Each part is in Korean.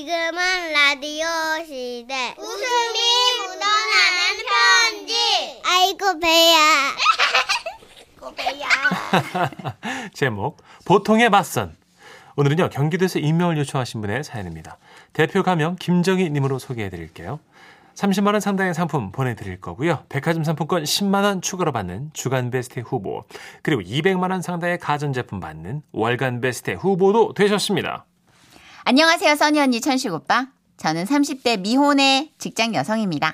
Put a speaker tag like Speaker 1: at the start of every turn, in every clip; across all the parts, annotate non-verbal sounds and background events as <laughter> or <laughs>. Speaker 1: 지금은 라디오 시대.
Speaker 2: 웃음이 묻어나는 편지.
Speaker 1: 아이고, 배야.
Speaker 2: <laughs> 고배야.
Speaker 3: 제목 보통의 맞선 오늘은요 경기도에서 임명을 요청하신 분의 사연입니다 대표 가명 김정희님으로 소개해드릴게요 30만 원 상당의 상품 보내드릴 거고요 백화점 상품권 10만 원 추가로 받는 주간 베스트 후보 그리고 200만 원 상당의 가전제품 받는 월간 베스트 후보도 되셨습니다
Speaker 4: 안녕하세요, 써니 언니, 천식 오빠. 저는 30대 미혼의 직장 여성입니다.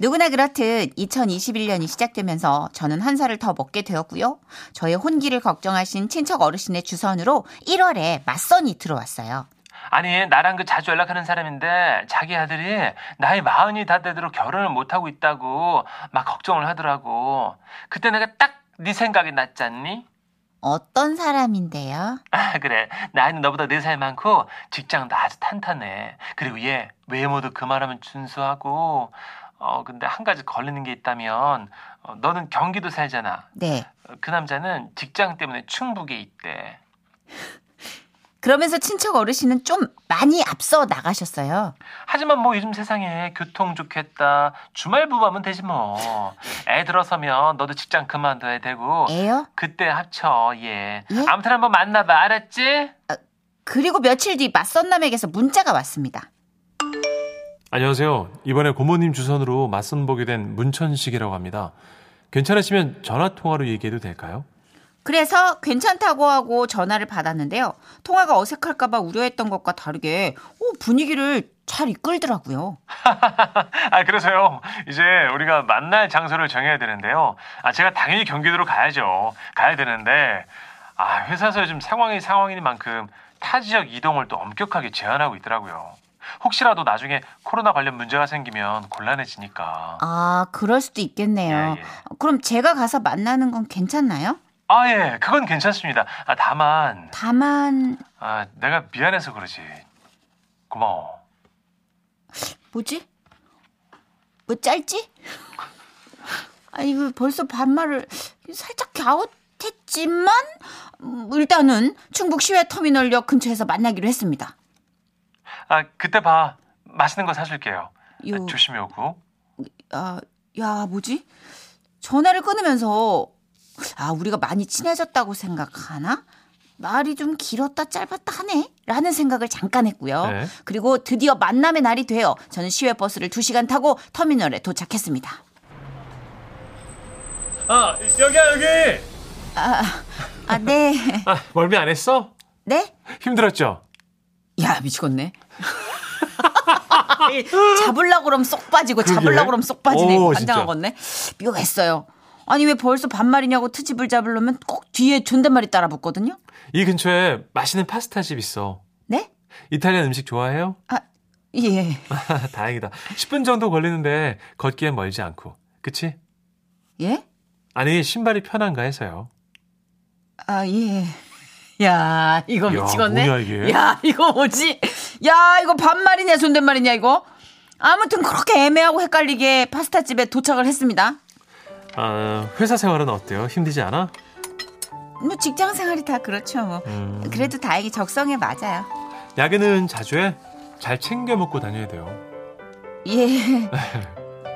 Speaker 4: 누구나 그렇듯 2021년이 시작되면서 저는 한 살을 더 먹게 되었고요. 저의 혼기를 걱정하신 친척 어르신의 주선으로 1월에 맞선이 들어왔어요.
Speaker 3: 아니 나랑 그 자주 연락하는 사람인데 자기 아들이 나이 마흔이 다 되도록 결혼을 못하고 있다고 막 걱정을 하더라고 그때 내가 딱 네 생각이 났잖니
Speaker 4: 어떤 사람인데요?
Speaker 3: 아, 그래. 나이는 너보다 네 살 많고 직장도 아주 탄탄해. 그리고 얘 외모도 그만하면 준수하고 어 근데 한 가지 걸리는 게 있다면 어, 너는 경기도 살잖아.
Speaker 4: 네.
Speaker 3: 어, 그 남자는 직장 때문에 충북에 있대.
Speaker 4: 그러면서 친척 어르신은 좀 많이 앞서 나가셨어요.
Speaker 3: 하지만 뭐 요즘 세상에 교통 좋겠다. 주말 부부하면 되지 뭐. 애 들어서면 너도 직장 그만둬야 되고
Speaker 4: 에요?
Speaker 3: 그때 합쳐 얘.
Speaker 4: 예?
Speaker 3: 아무튼 한번 만나봐. 알았지?
Speaker 4: 그리고 며칠 뒤 맞선남에게서 문자가 왔습니다.
Speaker 3: 안녕하세요. 이번에 고모님 주선으로 맞선 보게 된 문천식이라고 합니다. 괜찮으시면 전화 통화로 얘기해도 될까요?
Speaker 4: 그래서 괜찮다고 하고 전화를 받았는데요. 통화가 어색할까봐 우려했던 것과 다르게 오, 분위기를 잘 이끌더라고요.
Speaker 3: 아, 그래서요. 이제 우리가 만날 장소를 정해야 되는데요. 아, 제가 당연히 경기도로 가야죠. 가야 되는데 아, 회사에서 요즘 상황이 상황인 만큼 타 지역 이동을 또 엄격하게 제한하고 있더라고요. 혹시라도 나중에 코로나 관련 문제가 생기면 곤란해지니까.
Speaker 4: 아, 그럴 수도 있겠네요.
Speaker 3: 예, 예.
Speaker 4: 그럼 제가 가서 만나는 건 괜찮나요?
Speaker 3: 아, 예. 그건 괜찮습니다. 아, 다만
Speaker 4: 다만,
Speaker 3: 아, 내가 미안해서 그러지. 고마워.
Speaker 4: 뭐지? 뭐 짧지? 아니, 왜 벌써 반말을 살짝 갸웃했지만, 음, 일단은 충북 시외터미널역 근처에서 만나기로 했습니다.
Speaker 3: 아 그때 봐 맛있는 거 사줄게요 아,
Speaker 4: 요-
Speaker 3: 조심히 오고
Speaker 4: 아, 야, 뭐지? 전화를 끊으면서 아, 우리가 많이 친해졌다고 생각하나? 말이 좀 길었다 짧았다 하네? 라는 생각을 잠깐 했고요.
Speaker 3: 네.
Speaker 4: 그리고 드디어 만남의 날이 되어 저는 시외버스를 2시간 타고 터미널에 도착했습니다.
Speaker 3: 아 여기야 여기
Speaker 4: 아, 네.
Speaker 3: <laughs> 아 멀미 안 했어?
Speaker 4: 네?
Speaker 3: 힘들었죠?
Speaker 4: 야, 미치겠네. <laughs> 잡으려고 그럼 쏙 빠지고 잡으려고 그럼 쏙 빠지네.
Speaker 3: 오, 진짜.
Speaker 4: 환장하겠네. 묘했어요. 아니 왜 벌써 반말이냐고 트집을 잡으려면 꼭 뒤에 존댓말이 따라 붙거든요.
Speaker 3: 이 근처에 맛있는 파스타 집 있어
Speaker 4: 네?
Speaker 3: 이탈리안 음식 좋아해요? <laughs> 아,
Speaker 4: 아, 예.
Speaker 3: 다행이다 10분 정도 걸리는데 걷기엔 멀지 않고 그치?
Speaker 4: 예?
Speaker 3: 아니 신발이 편한가 해서요
Speaker 4: 아, 예. 야, 이거
Speaker 3: 야,
Speaker 4: 미치겠네.
Speaker 3: 뭐야, 이게?
Speaker 4: 야, 이거 뭐지? 야, 이거 반말이냐, 존댓말이냐, 이거? 아무튼 그렇게 애매하고 헷갈리게 파스타집에 도착을 했습니다.
Speaker 3: 아 회사 생활은 어때요? 힘들지 않아?
Speaker 4: 뭐 직장 생활이 다 그렇죠, 뭐. 그래도 다행히 적성에 맞아요.
Speaker 3: 야근은 자주 해? 잘 챙겨 먹고 다녀야 돼요
Speaker 4: 예.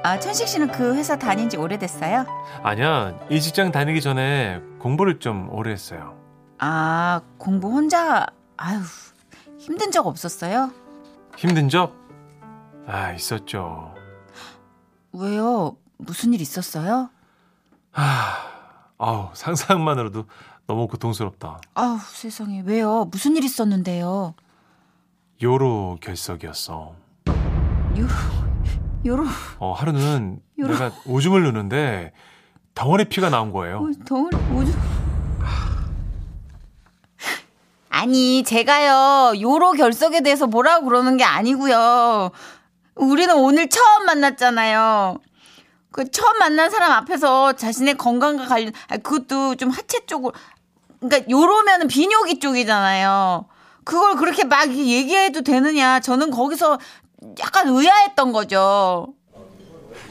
Speaker 4: 아, 천식 씨는 그 회사 다닌 지 오래됐어요?
Speaker 3: 아니야 이 직장 다니기 전에 공부를 좀 오래 했어요
Speaker 4: 아, 공부 혼자, 아유, 힘든 적 없었어요?
Speaker 3: 힘든 적? 아 있었죠
Speaker 4: 왜요? 무슨 일 있었어요?
Speaker 3: 아우 상상만으로도 너무 고통스럽다.
Speaker 4: 아우, 세상에. 왜요? 무슨 일 있었는데요?
Speaker 3: 요로 결석이었어.
Speaker 4: 요, 요로,
Speaker 3: 어 하루는
Speaker 4: 요로.
Speaker 3: 내가 오줌을 누는데 덩어리 피가 나온 거예요.
Speaker 4: 뭐, 덩어리, 오줌. <laughs> 아니, 제가요, 요로 결석에 대해서 뭐라고 그러는 게 아니고요. 우리는 오늘 처음 만났잖아요. 그 처음 만난 사람 앞에서 자신의 건강과 관련, 아, 그것도 좀 하체 쪽으로, 그러니까 요로면은 비뇨기 쪽이잖아요. 그걸 그렇게 막 얘기해도 되느냐. 저는 거기서 약간 의아했던 거죠.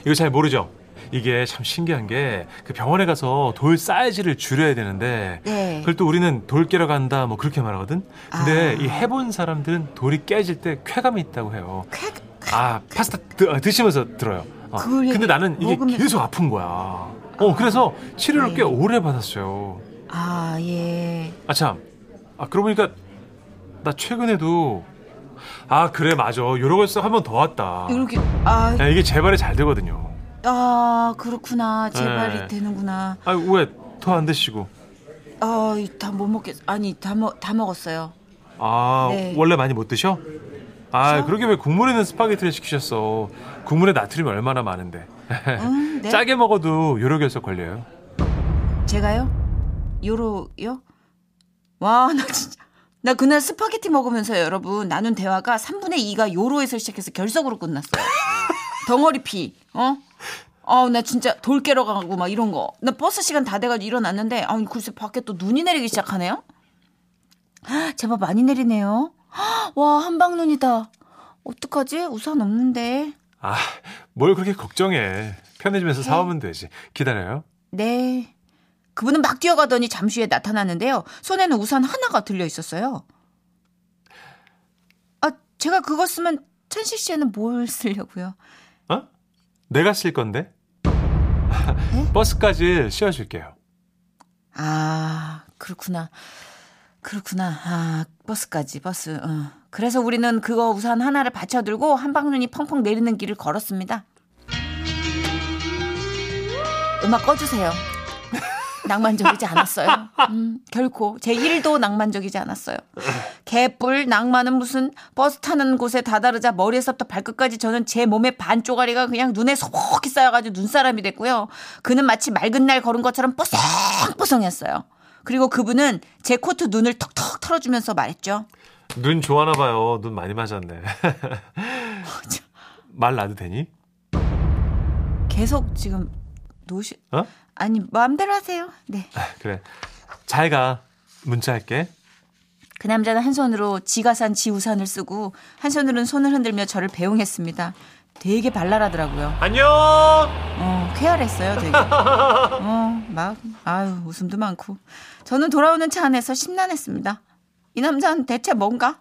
Speaker 3: 이거 잘 모르죠? 이게 참 신기한 게 그 병원에 가서 돌 사이즈를 줄여야 되는데
Speaker 4: 네.
Speaker 3: 그걸 또 우리는 돌 깨러 간다 뭐 그렇게 말하거든. 근데
Speaker 4: 아.
Speaker 3: 이 해본 사람들은 돌이 깨질 때 쾌감이 있다고 해요.
Speaker 4: 쾌-
Speaker 3: 아 파스타 드, 아, 드시면서 들어요. 어.
Speaker 4: 그걸
Speaker 3: 근데 나는 이게
Speaker 4: 먹으면서- 네.
Speaker 3: 계속 아픈 거야. 어 그래서 치료를 꽤 오래 받았어요.
Speaker 4: 아, 예.
Speaker 3: 아 참. 아 그러고 보니까 나 최근에도 아 그래 맞아 요런 걸써 한 번 더 왔다.
Speaker 4: 이렇게, 아,
Speaker 3: 야, 이게 재발이 잘 되거든요.
Speaker 4: 아, 그렇구나. 재발이
Speaker 3: 네.
Speaker 4: 되는구나.
Speaker 3: 아 왜 더 안 드시고?
Speaker 4: 아, 다 못 먹겠, 아니, 다, 먹, 다 먹었어요.
Speaker 3: 아
Speaker 4: 네.
Speaker 3: 원래 많이 못 드셔? 아
Speaker 4: 그쵸?
Speaker 3: 그러게 왜 국물에 있는 스파게티를 시키셨어? 국물에 나트륨이 얼마나 많은데?
Speaker 4: 음, 네.
Speaker 3: 짜게 먹어도 요로 결석 걸려요.
Speaker 4: 제가요? 요로요? 와, 나 진짜. 나 그날 스파게티 먹으면서 여러분 나눈 대화가 3분의 2가 요로에서 시작해서 결석으로 끝났어요. 덩어리 피. 어? 어, 나 진짜 돌 깨러 가고 막 이런 거. 나 버스 시간 다 돼가지고 일어났는데, 아, 글쎄 밖에 또 눈이 내리기 시작하네요? 헉, 제법 많이 내리네요. 헉, 와, 한방 눈이다. 어떡하지? 우산 없는데.
Speaker 3: 아 뭘 그렇게 걱정해? 편의점에서 사오면 되지. 기다려요.
Speaker 4: 네. 그분은 막 뛰어가더니 잠시 후에 나타나는데요. 손에는 우산 하나가 들려 있었어요. 아, 제가 그거 쓰면 천식 씨는 뭘 <laughs> 쓰려고요?
Speaker 3: 어? 내가 쓸 건데. <laughs>
Speaker 4: 네?
Speaker 3: 버스까지 씌워줄게요.
Speaker 4: 아, 그렇구나. 그렇구나. 아, 버스까지, 버스. 어. 그래서 우리는 그거 우산 하나를 받쳐들고 한방눈이 펑펑 내리는 길을 걸었습니다. 음악 꺼주세요. 낭만적이지 않았어요. 음, 결코. 제 1도 낭만적이지 않았어요. 개뿔, 낭만은 무슨 버스 타는 곳에 다다르자 머리에서부터 발끝까지 저는 제 몸의 반쪼가리가 그냥 눈에 속히 쌓여가지고 눈사람이 됐고요. 그는 마치 맑은 날 걸은 것처럼 뽀송뽀송했어요. 그리고 그분은 제 코트 눈을 턱턱 털어주면서 말했죠.
Speaker 3: 눈 좋아나 봐요. 눈 많이
Speaker 4: <laughs>
Speaker 3: 맞았네.
Speaker 4: 참.
Speaker 3: 말 놔도 되니?
Speaker 4: 계속 지금 노시,
Speaker 3: 어? 아,
Speaker 4: 아니, 마음대로 하세요. 네.
Speaker 3: 그래. 잘 가. 문자할게.
Speaker 4: 그 남자는 한 손으로 지가 산 지우산을 쓰고 한 손으로는 손을 흔들며 저를 배웅했습니다. 되게 발랄하더라고요.
Speaker 3: 안녕.
Speaker 4: 어, 쾌활했어요, 되게. 어, 막, 아유, 웃음도 많고. 저는 돌아오는 차 안에서 심란했습니다. 이 남자는 대체 뭔가?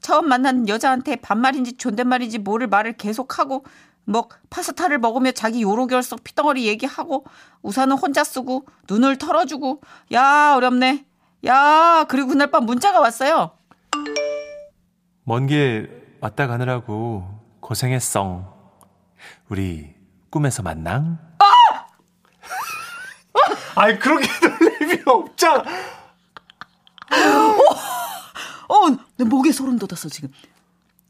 Speaker 4: 처음 만난 여자한테 반말인지 존댓말인지 모를 말을 계속하고, 뭐, 파스타를 먹으며 자기 요로결석 피덩어리 얘기하고, 우산은 혼자 쓰고, 눈을 털어주고, 야, 어렵네. 야, 그리고 그날 밤 문자가 왔어요.
Speaker 3: 먼 길 왔다 가느라고 고생했어. 우리 꿈에서 만남. 아! 아니 그렇게 놀림이 없잖아.
Speaker 4: 어, 내 목에 소름 돋았어 지금.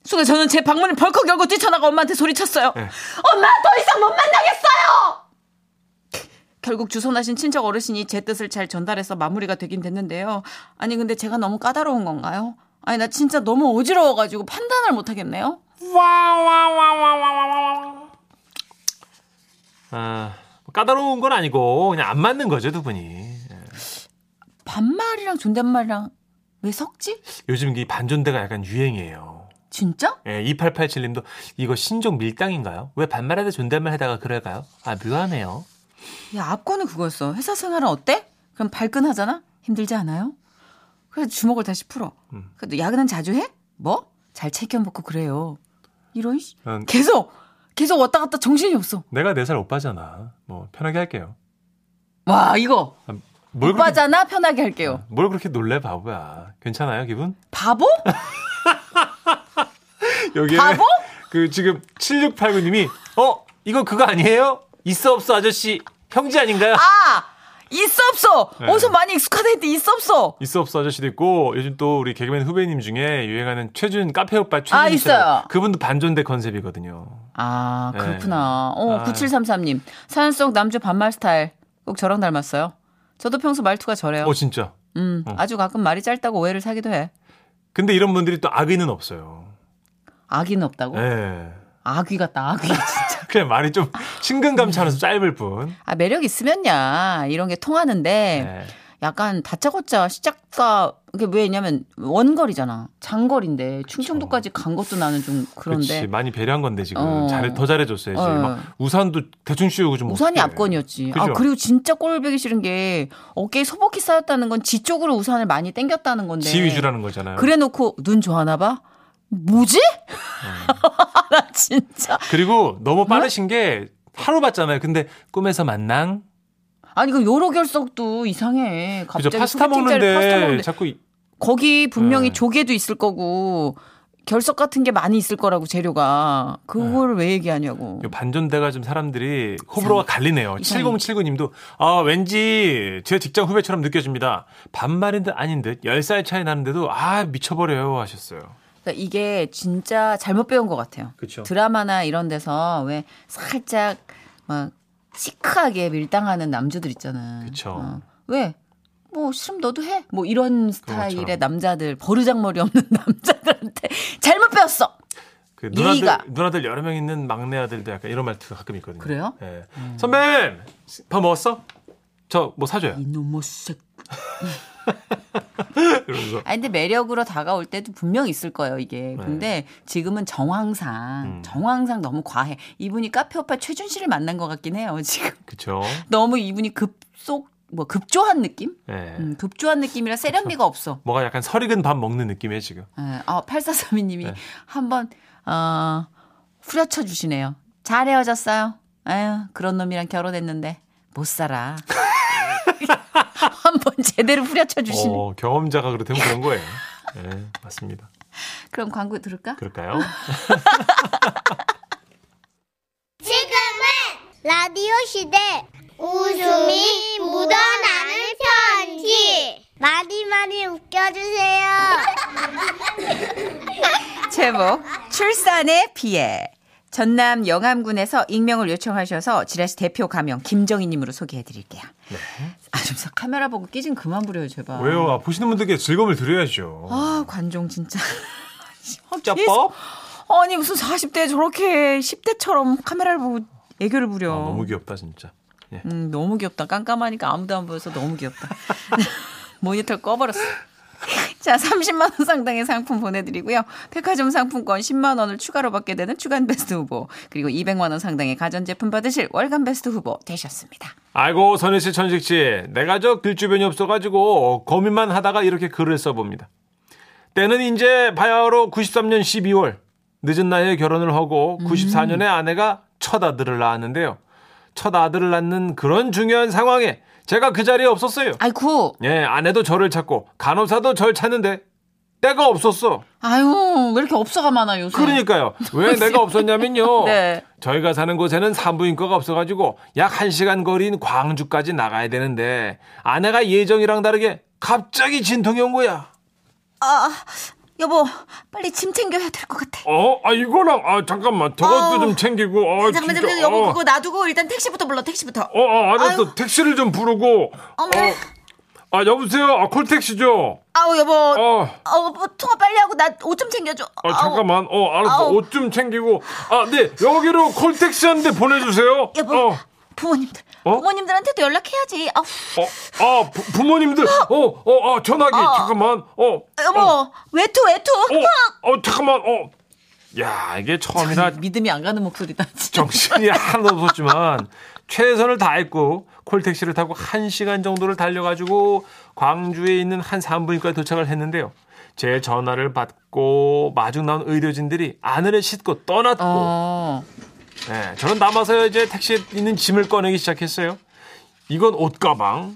Speaker 4: 순간 저는 제 방문을 벌컥 열고 뛰쳐나가 엄마한테 소리쳤어요.
Speaker 3: 네.
Speaker 4: 엄마 더 이상 못 만나겠어요. 결국 주선하신 친척 어르신이 제 뜻을 잘 전달해서 마무리가 되긴 됐는데요. 아니 근데 제가 너무 까다로운 건가요? 아니 나 진짜 너무 어지러워가지고 판단을 못 하겠네요.
Speaker 3: 아, 뭐 까다로운 건 아니고 그냥 안 맞는 거죠 두 분이.
Speaker 4: 반말이랑 존댓말이랑 왜 섞지?
Speaker 3: 요즘 이 반존대가 약간 유행이에요.
Speaker 4: 진짜?
Speaker 3: 예, 2887님도 이거 신종 밀당인가요? 왜 반말하다 존댓말 하다가 그럴까요? 아 묘하네요.
Speaker 4: 야, 앞거는 그거였어. 회사 생활은 어때? 그럼 발끈하잖아? 힘들지 않아요? 그래서 주먹을 다시 풀어.
Speaker 3: 음.
Speaker 4: 그래도 야근은 자주 해? 뭐? 잘 챙겨먹고 그래요. 이런, 씨.
Speaker 3: 난
Speaker 4: 계속! 계속 왔다 갔다 정신이 없어.
Speaker 3: 아, 내가 네 살 오빠잖아. 뭐 편하게 할게요.
Speaker 4: 와, 이거!
Speaker 3: 아, 뭘 그렇게 어.
Speaker 4: 오빠잖아? 편하게 할게요.
Speaker 3: 뭘 그렇게 놀래 바보야. 괜찮아요 기분? <laughs>
Speaker 4: 바보?
Speaker 3: 여기
Speaker 4: 바보?
Speaker 3: 그 지금 7689님이 어 이거 그거 아니에요? 있어 없어 아저씨 형제 아닌가요?
Speaker 4: 아! 있어 없어!
Speaker 3: 네.
Speaker 4: 어디서 많이 익숙하다 했더니 있어 없어!
Speaker 3: 있어 없어 아저씨도 있고 요즘 또 우리 개그맨 후배님 중에 유행하는 최준 카페 오빠 최준
Speaker 4: 아,
Speaker 3: 씨라고.
Speaker 4: 있어요.
Speaker 3: 그분도 반존대 컨셉이거든요.
Speaker 4: 아,
Speaker 3: 네.
Speaker 4: 그렇구나. 어,
Speaker 3: 아유.
Speaker 4: 9733님. 사연 속 남주 반말 스타일. 꼭 저랑 닮았어요. 저도 평소 말투가 저래요.
Speaker 3: 어 진짜.
Speaker 4: 음,
Speaker 3: 어.
Speaker 4: 아주 가끔 말이 짧다고 오해를 사기도 해.
Speaker 3: 근데 이런 분들이 또 악의는 없어요.
Speaker 4: 아기는 없다고?
Speaker 3: 예.
Speaker 4: 아귀 같다, 아귀, <laughs> 진짜.
Speaker 3: 그냥 말이 좀 친근감 차면서 짧을 뿐.
Speaker 4: 아, 매력 있으면야. 이런 게 통하는데.
Speaker 3: 예.
Speaker 4: 약간 다짜고짜 시작가 그게 왜냐면 원거리잖아. 장거리인데 충청도까지 간 것도 나는 좀
Speaker 3: 그치,
Speaker 4: 그런데
Speaker 3: 많이 배려한 건데 지금
Speaker 4: 어.
Speaker 3: 잘해 더 잘해줬어야지.
Speaker 4: 어.
Speaker 3: 막 우산도 대충 씌우고 좀
Speaker 4: 우산이
Speaker 3: 어떡해.
Speaker 4: 압권이었지. 아
Speaker 3: 그죠?
Speaker 4: 그리고 진짜 꼴보기 싫은 게 어깨에 소복이 쌓였다는 건 지 쪽으로 우산을 많이 당겼다는 건데.
Speaker 3: 지 위주라는 거잖아요.
Speaker 4: 그래 놓고 눈 좋아하나 봐. 뭐지?
Speaker 3: 어.
Speaker 4: <laughs> 나 진짜.
Speaker 3: 그리고
Speaker 4: 어?
Speaker 3: 너무 빠르신 게 하루 봤잖아요. 근데 꿈에서 만난
Speaker 4: 아니 그 요로 결석도 이상해.
Speaker 3: 그죠
Speaker 4: 갑자기
Speaker 3: 파스타
Speaker 4: 소개팅자를
Speaker 3: 먹는데,
Speaker 4: 파스타 먹는데
Speaker 3: 자꾸 이-
Speaker 4: 거기 분명히
Speaker 3: 네.
Speaker 4: 조개도 있을 거고 결석 같은 게 많이 있을 거라고 재료가 그걸
Speaker 3: 네.
Speaker 4: 왜 얘기하냐고.
Speaker 3: 요 반전대가 좀 사람들이 호불호가 갈리네요.
Speaker 4: 이상해.
Speaker 3: 7079님도 아 왠지 제 직장 후배처럼 느껴집니다. 반말인 듯 아닌 듯 10살 차이 나는데도 아 미쳐버려요 하셨어요.
Speaker 4: 그러니까 이게 진짜 잘못 배운 것 같아요.
Speaker 3: 그쵸.
Speaker 4: 드라마나 이런 데서 왜 살짝 막 시크하게 밀당하는 남주들 있잖아.
Speaker 3: 그쵸.
Speaker 4: 어. 왜? 뭐 싫으면 너도 해. 뭐 이런 스타일의
Speaker 3: 것처럼.
Speaker 4: 남자들 버르장머리 없는 <laughs> 남자들한테 잘못 배웠어.
Speaker 3: 그
Speaker 4: 예의가.
Speaker 3: 누나들, 누나들 여러 명 있는 막내 아들도 약간 이런 말투가 가끔 있거든요.
Speaker 4: 그래요? 음.
Speaker 3: 예. 선배님! 밥 먹었어? 저 뭐 사줘요.
Speaker 4: 이놈의 새끼.
Speaker 3: 그러면서.
Speaker 4: 아 근데 매력으로 다가올 때도 분명 있을 거예요 이게. 근데 지금은 정황상
Speaker 3: 네. 음.
Speaker 4: 정황상 너무 과해. 이분이 카페 오빠 최준 씨를 만난 것 같긴 해요 <laughs> 지금.
Speaker 3: 그쵸.
Speaker 4: 너무 이분이 급속 뭐 급조한 느낌?
Speaker 3: 예.
Speaker 4: 음, 급조한 느낌이라 세련미가 없어.
Speaker 3: 뭐가 약간 설익은 밥 먹는 느낌이에요, 지금.
Speaker 4: 예, 어, 8432님이
Speaker 3: 네.
Speaker 4: 한번 어, 후려쳐 주시네요. 잘 헤어졌어요. 아유, 그런 놈이랑 결혼했는데 못 살아. <laughs> 한번 제대로 후려쳐 주시네.
Speaker 3: 어, 경험자가 그렇다면 그런 거예요. 예, 맞습니다.
Speaker 4: 그럼 광고 들을까?
Speaker 3: 그럴까요?
Speaker 1: 라디오 시대
Speaker 2: 웃음이 묻어나는 편지.
Speaker 1: 많이 많이 웃겨주세요.
Speaker 4: 제목 출산의 피해 전남 영암군에서 익명을 요청하셔서 지라시 대표 가명 김정희님으로 소개해드릴게요. 아좀 카메라 보고 끼 좀 그만 부려요 제발.
Speaker 3: 네. 왜요? 아, 보시는 분들께 즐거움을 드려야죠.
Speaker 4: 아 관종 진짜. 아, 계속-
Speaker 3: 짜법?
Speaker 4: 아니 무슨 40대 저렇게 10대처럼 카메라를 보고 애교를 부려.
Speaker 3: 아, 너무 귀엽다, 진짜. 예.
Speaker 4: 음, 너무 귀엽다. 깜깜하니까 아무도 안 보여서 너무 귀엽다. <laughs> 모니터 꺼버렸어. <laughs> 자, 30만 원 상당의 상품 보내드리고요. 백화점 상품권 10만 원을 추가로 받게 되는 주간 베스트 후보 그리고 200만 원 상당의 가전제품 받으실 월간 베스트 후보 되셨습니다.
Speaker 3: 아이고, 선희 씨, 천식 씨. 내가 저 글주변이 없어가지고 고민만 하다가 이렇게 글을 써봅니다. 때는 이제 바야흐로 93년 12월. 늦은 나이에 결혼을 하고 94년에 아내가 첫 아들을 낳았는데요. 첫 아들을 낳는 그런 중요한 상황에 제가 그 자리에 없었어요.
Speaker 4: 아이쿠,
Speaker 3: 예, 아내도 저를 찾고 간호사도 절 찾는데 때가 없었어.
Speaker 4: 아유, 왜 이렇게 업소가 많아요, 요새.
Speaker 3: 그러니까요. 왜 내가 없었냐면요.
Speaker 4: <laughs> 네.
Speaker 3: 저희가 사는 곳에는 산부인과가 없어가지고 약 1시간 거리인 광주까지 나가야 되는데 아내가 예정이랑 다르게 갑자기 진통이 온 거야.
Speaker 4: 아, 여보, 빨리 짐 챙겨야 될 것 같아.
Speaker 3: 어? 아 이거랑 아 잠깐만 저것도
Speaker 4: 어.
Speaker 3: 좀 챙기고 아
Speaker 4: 잠깐만,
Speaker 3: 진짜
Speaker 4: 잠깐만, 여보,
Speaker 3: 어.
Speaker 4: 그거 놔두고 일단 택시부터 불러, 택시부터.
Speaker 3: 어, 어 알았어 택시를 좀 부르고
Speaker 4: 어머.
Speaker 3: 어. 아 여보세요 아 콜택시죠
Speaker 4: 아우, 여보, 어,
Speaker 3: 어
Speaker 2: 뭐,
Speaker 4: 여보, 통화 빨리 하고 나 옷 좀 챙겨줘.
Speaker 3: 아, 잠깐만. 어, 알았어.
Speaker 4: 아우.
Speaker 3: 옷 좀 챙기고. 아, 네. 여기로 콜택시 한 대 보내주세요.
Speaker 4: 여보,
Speaker 3: 어,
Speaker 4: 부모님들,
Speaker 3: 어?
Speaker 4: 부모님들한테도 연락해야지. 아우,
Speaker 3: 어, 아, 부, 부모님들. 어, 어, 아, 전화기. 잠깐만. 어.
Speaker 4: 여보,
Speaker 3: 어,
Speaker 4: 외투, 외투.
Speaker 3: 어, 어, 잠깐만. 어. 야, 이게 처음이라
Speaker 4: 믿음이 안 가는 목소리다. 진짜.
Speaker 3: 정신이 하나도 없었지만 최선을 다했고 콜택시를 타고 1시간 정도를 달려가지고 광주에 있는 한 산부인과에 도착을 했는데요. 제 전화를 받고 마중 나온 의료진들이 아내를 싣고 떠났고
Speaker 4: 어,
Speaker 3: 예, 저는 남아서 이제 택시에 있는 짐을 꺼내기 시작했어요. 이건 옷 가방,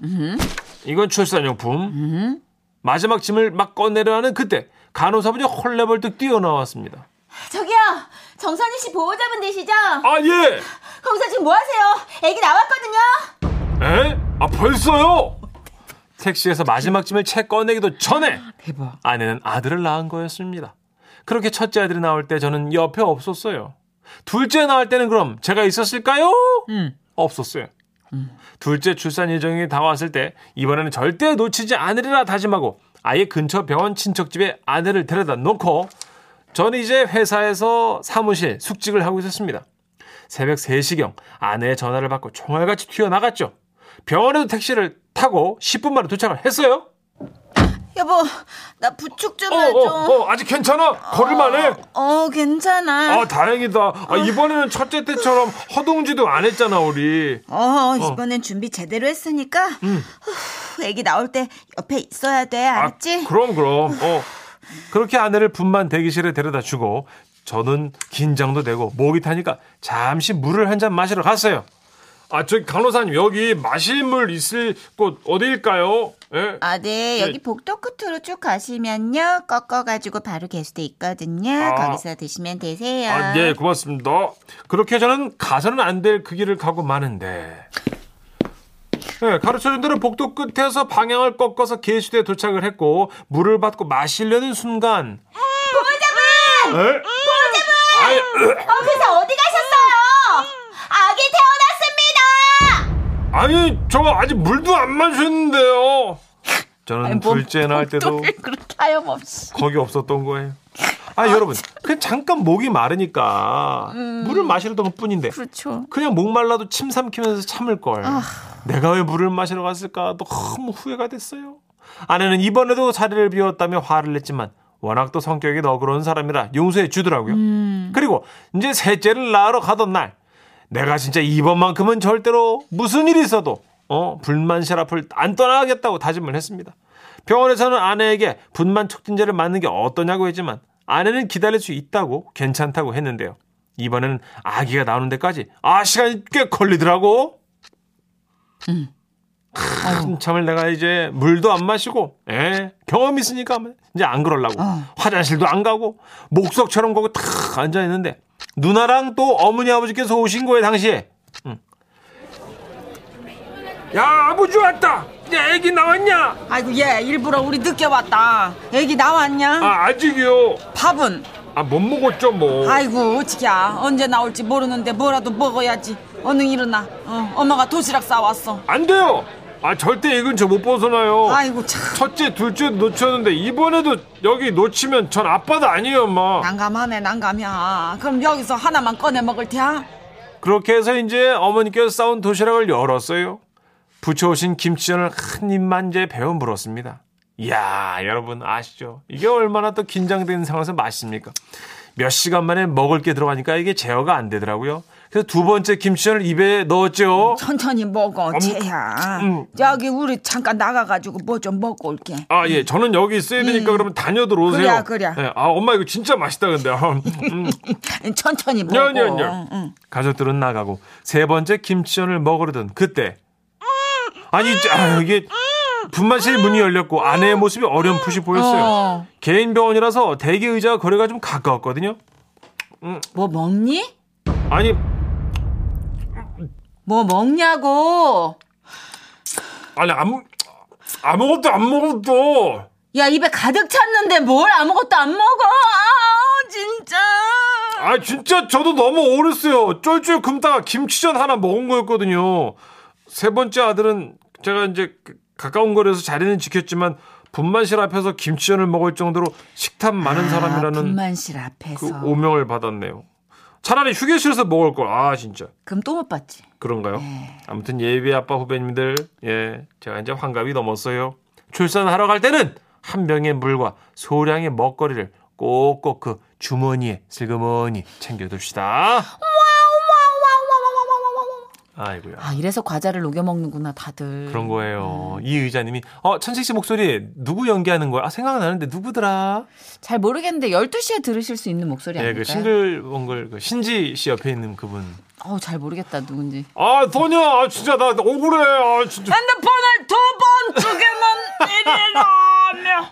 Speaker 3: 이건 출산용품. 마지막 짐을 막 꺼내려 하는 그때 간호사분이 헐레벌떡 뛰어나왔습니다.
Speaker 2: 저기요, 정선희 씨 보호자분 되시죠?
Speaker 3: 아 예,
Speaker 2: 검사 지금 뭐 하세요? 애기 나왔거든요.
Speaker 3: 에? 아 벌써요? 택시에서 마지막 짐을 채 꺼내기도 전에
Speaker 4: 대박.
Speaker 3: 아내는 아들을 낳은 거였습니다. 그렇게 첫째 아들이 나올 때 저는 옆에 없었어요. 둘째 나올 때는 그럼 제가 있었을까요?
Speaker 4: 음.
Speaker 3: 없었어요. 둘째 출산 예정이 다가왔을 때 이번에는 절대 놓치지 않으리라 다짐하고 아예 근처 병원 친척집에 아내를 데려다 놓고 저는 이제 회사에서 사무실 숙직을 하고 있었습니다. 새벽 3시경 아내의 전화를 받고 총알같이 튀어나갔죠. 병원에도 택시를 타고 10분 만에 도착을 했어요.
Speaker 4: 여보, 나 부축 좀
Speaker 3: 어,
Speaker 4: 해줘.
Speaker 3: 어, 어, 아직 괜찮아. 걸을만해.
Speaker 4: 어, 괜찮아.
Speaker 3: 아, 다행이다. 아, 이번에는 첫째 때처럼 허둥지둥 안 했잖아, 우리.
Speaker 4: 어, 이번엔 준비 제대로 했으니까 후, 애기 나올 때 옆에 있어야 돼, 알았지?
Speaker 3: 음. 아, 그럼 그럼. 어. 그렇게 아내를 분만 대기실에 데려다 주고 저는 긴장도 되고 목이 타니까 잠시 물을 한 잔 마시러 갔어요. 아, 저기 간호사님 여기 마실 물 있을 곳 어디일까요? 예?
Speaker 4: 아, 네. 여기 복도 끝으로 쭉 가시면요. 꺾어가지고 바로 개수대 있거든요.
Speaker 3: 아.
Speaker 4: 거기서 드시면 되세요.
Speaker 3: 아, 네, 고맙습니다. 그렇게 저는 가서는 안 될 그 길을 가고 마는데. 네, 가르쳐준 대로 복도 끝에서 방향을 꺾어서 개수대에 도착을 했고 물을 받고 마시려는 순간 보호자분! 보호자분!
Speaker 2: 어, 그래서 어디 가셨어요?
Speaker 3: 음.
Speaker 2: 아기 태어났습니다!
Speaker 3: 아니, 아니, 저 아직 물도 안 마셨는데요. 저는 둘째 낳을 때도
Speaker 4: 복도를 그렇게 하염없이.
Speaker 3: 거기 없었던 거예요. 아, 여러분, 그냥 잠깐 목이 마르니까 물을 마시려던 것 뿐인데
Speaker 4: 그렇죠.
Speaker 3: 음. 그냥 목 말라도 침 삼키면서 참을 걸. 내가 왜 물을 마시러 갔을까 너무 후회가 됐어요. 아내는 이번에도 자리를 비웠다며 화를 냈지만 워낙 또 성격이 너그러운 사람이라 용서해 주더라고요. 그리고 이제 셋째를 낳으러 가던 날 내가 진짜 이번만큼은 절대로 무슨 일이 있어도 어, 불만실 앞을 안 떠나겠다고 다짐을 했습니다. 병원에서는 아내에게 분만 촉진제를 맞는 게 어떠냐고 했지만 아내는 기다릴 수 있다고 괜찮다고 했는데요. 이번에는 아기가 나오는 데까지 아 시간이 꽤 걸리더라고. 한참을 내가 이제 물도 안 마시고 예, 경험 있으니까 이제 안 그럴라고 화장실도 안 가고 목석처럼 거기 탁 앉아 있는데 누나랑 또 어머니 아버지께서 오신 거예요 당시에. 응. 야 아버지 왔다. 야 애기 나왔냐?
Speaker 4: 아이고, 얘 일부러 우리 늦게 왔다. 애기 나왔냐?
Speaker 3: 아 아직이요.
Speaker 4: 밥은?
Speaker 3: 아 못 먹었죠 뭐.
Speaker 4: 아이고, 어찌야. 언제 나올지 모르는데 뭐라도 먹어야지. 얼른 일어나. 어, 엄마가 도시락 싸왔어.
Speaker 3: 안 돼요. 아 절대 이 근처 못 벗어나요.
Speaker 4: 아이고, 참.
Speaker 3: 첫째, 둘째 놓쳤는데 이번에도 여기 놓치면 전 아빠도 아니에요, 엄마.
Speaker 4: 난감하네, 난감이야. 그럼 여기서 하나만 꺼내 먹을 테야?
Speaker 3: 그렇게 해서 이제 어머니께서 싸온 도시락을 열었어요. 부쳐오신 김치전을 한 입만 제 배어 물었습니다. 이야, 여러분 아시죠? 이게 얼마나 또 긴장된 상황에서 맛입니까? 몇 시간 만에 먹을 게 들어가니까 이게 제어가 안 되더라고요. 그래서 두 번째 김치전을 입에 넣었죠.
Speaker 4: 천천히 먹어, 쟤야.
Speaker 3: 음.
Speaker 4: 여기 우리 잠깐 나가가지고 뭐 좀 먹고 올게.
Speaker 3: 아, 예. 저는 여기 있어야 되니까 그러면 다녀들 오세요.
Speaker 4: 음. 그래야, 그래야.
Speaker 3: 예, 아, 엄마 이거 진짜 맛있다, 근데.
Speaker 4: <laughs>
Speaker 3: 음.
Speaker 4: 천천히 먹어.
Speaker 3: 냐냐냐.
Speaker 4: 응.
Speaker 3: 가족들은 나가고 세 번째 김치전을 먹으려던 그때 아니 아, 이게 분만실 문이 열렸고 아내의 모습이 어렴풋이 보였어요.
Speaker 4: 어.
Speaker 3: 개인 병원이라서 대기 의자와 거리가 좀 가까웠거든요.
Speaker 4: 뭐 먹니?
Speaker 3: 아니
Speaker 4: 뭐 먹냐고.
Speaker 3: 아니 아무 아무것도 안 먹었어.
Speaker 4: 야, 입에 가득 찼는데 뭘 아무것도 안 먹어. 아우, 진짜.
Speaker 3: 아 진짜 저도 너무 오랬어요. 쫄쫄 굶다가 김치전 하나 먹은 거였거든요. 세 번째 아들은 제가 이제 그- 가까운 거리에서 자리는 지켰지만 분만실 앞에서 김치전을 먹을 정도로 식탐 많은
Speaker 4: 아,
Speaker 3: 사람이라는
Speaker 4: 분만실 앞에서.
Speaker 3: 그 오명을 받았네요. 차라리 휴게실에서 먹을 걸. 아 진짜
Speaker 4: 그럼 또 못 봤지.
Speaker 3: 그런가요? 아무튼 예비 아빠 후배님들 예 제가 이제 환갑이 넘었어요. 출산하러 갈 때는 한 병의 물과 소량의 먹거리를 꼭꼭 그 주머니에 슬그머니 챙겨둡시다. 아이고야.
Speaker 4: 아, 이래서 과자를 녹여 먹는구나, 다들.
Speaker 3: 그런 거예요. 이 의자님이 어 천식 씨 목소리 누구 연기하는 거야? 아, 생각나는데 누구더라?
Speaker 4: 잘 모르겠는데 12시에 들으실 수 있는 목소리
Speaker 3: 예,
Speaker 4: 네,
Speaker 3: 그
Speaker 4: 아닐까요?
Speaker 3: 싱글벙글 그 신지 씨 옆에 있는 그분.
Speaker 4: 어우, 잘 모르겠다, 누군지.
Speaker 3: 아, 소녀, 아, 진짜 나 억울해. 아, 진짜.
Speaker 4: 핸드폰을 두 번 죽이면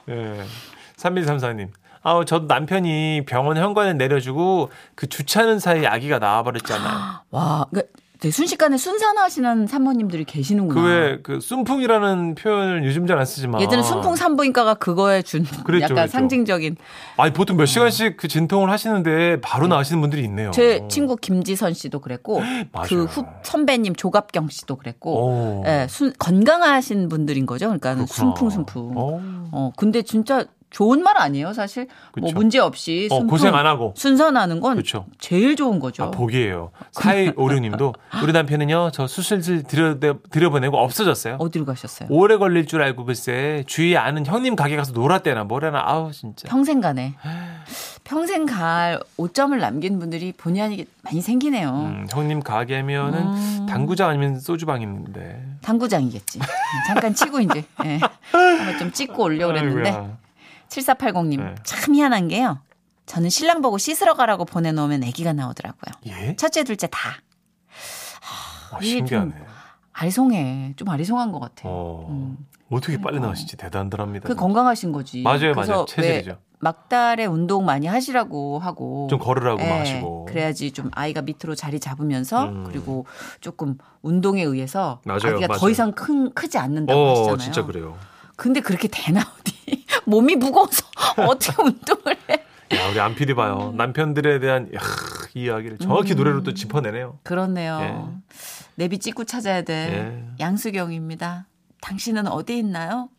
Speaker 4: 일이라며.
Speaker 3: 예. 3134님. 아우, 저 남편이 병원 현관에 내려주고 그 주차하는 사이에 아기가 나와버렸잖아요.
Speaker 4: <laughs> <gasps> 와, 그 되게 순식간에 순산하시는 산모님들이 계시는구나.
Speaker 3: 그 왜 그 순풍이라는 표현을 요즘 잘 안 쓰지만.
Speaker 4: 음. 예전에 순풍 산부인과가 그거에 준
Speaker 3: 아. <laughs> 그랬죠,
Speaker 4: 약간
Speaker 3: 그랬죠. 어.
Speaker 4: 상징적인
Speaker 3: 아니, 보통 몇 시간씩 그 진통을 하시는데 바로 나으시는 분들이 있네요.
Speaker 4: 음. 제 친구 김지선
Speaker 3: <gasps>
Speaker 4: 씨도 그랬고
Speaker 3: 맞아요.
Speaker 4: 그 후, 선배님 조갑경 씨도 그랬고
Speaker 3: 오.
Speaker 4: 예, 순, 건강하신 분들인 거죠. 그러니까
Speaker 3: 그렇구나.
Speaker 4: 순풍 순풍.
Speaker 3: 어.
Speaker 4: 어, 근데 진짜 좋은 말 아니에요, 사실. 뭐
Speaker 3: 그쵸.
Speaker 4: 문제 없이
Speaker 3: 어,
Speaker 4: 순풍,
Speaker 3: 고생 안 하고.
Speaker 4: 순선하는 건
Speaker 3: 그쵸.
Speaker 4: 제일 좋은 거죠.
Speaker 3: 아, 복이에요.
Speaker 4: <laughs>
Speaker 3: 4256님도 우리 남편은요, 저 수술실 들여대, 들여보내고 없어졌어요.
Speaker 4: 어디로 가셨어요?
Speaker 3: 그러니까. 오래 걸릴 줄 알고 글쎄 주위에 아는 형님 가게 가서 놀았대나 뭐래나 아우 진짜.
Speaker 4: 평생 가네. 평생 갈 오점을 남긴 분들이 본의 아니게 많이 생기네요.
Speaker 3: 음, 형님 가게면은
Speaker 4: 음.
Speaker 3: 당구장 아니면 소주방인데.
Speaker 4: 당구장이겠지. 음, 잠깐 치고 이제 예. 한번 좀 찍고 올려 그랬는데
Speaker 3: 아이고야.
Speaker 4: 7480님
Speaker 3: 네.
Speaker 4: 참 희한한 게요. 저는 신랑 보고 씻으러 가라고 보내놓으면 아기가 나오더라고요.
Speaker 3: 예?
Speaker 4: 첫째 둘째 다
Speaker 3: 어,
Speaker 4: 이게 좀-
Speaker 3: 신기하네.
Speaker 4: 아리송해. 좀 아리송한 것 같아. 요
Speaker 3: 어. 어떻게 빨리 나오시지 대단들합니다.
Speaker 4: 음. 그러니까. 그 건강하신 거지.
Speaker 3: 맞아요,
Speaker 4: 그래서 네.
Speaker 3: 맞아요.
Speaker 4: 왜
Speaker 3: 체질이죠.
Speaker 4: 막달에 운동 많이 하시라고 하고
Speaker 3: 좀 걸으라고
Speaker 4: 예,
Speaker 3: 마시고. 어,
Speaker 4: 그래야지 좀 아이가 밑으로 자리 잡으면서
Speaker 3: 음.
Speaker 4: 그리고 조금 운동에 의해서
Speaker 3: 맞아요,
Speaker 4: 아기가 더
Speaker 3: 맞아요.
Speaker 4: 이상 큰 크지 않는다고
Speaker 3: 어,
Speaker 4: 하시잖아요.
Speaker 3: 진짜 그래요.
Speaker 4: 근데 그렇게 되나 어디 <laughs> 몸이 무거워서 어떻게 운동을 해?
Speaker 3: 야, 우리 안피디 봐요.
Speaker 4: 음.
Speaker 3: 남편들에 대한 야, 이 이야기를 정확히 노래로 또 짚어내네요.
Speaker 4: 그렇네요. 내비 찍고 찾아야 돼.
Speaker 3: 예.
Speaker 4: 양수경입니다. 당신은 어디 있나요?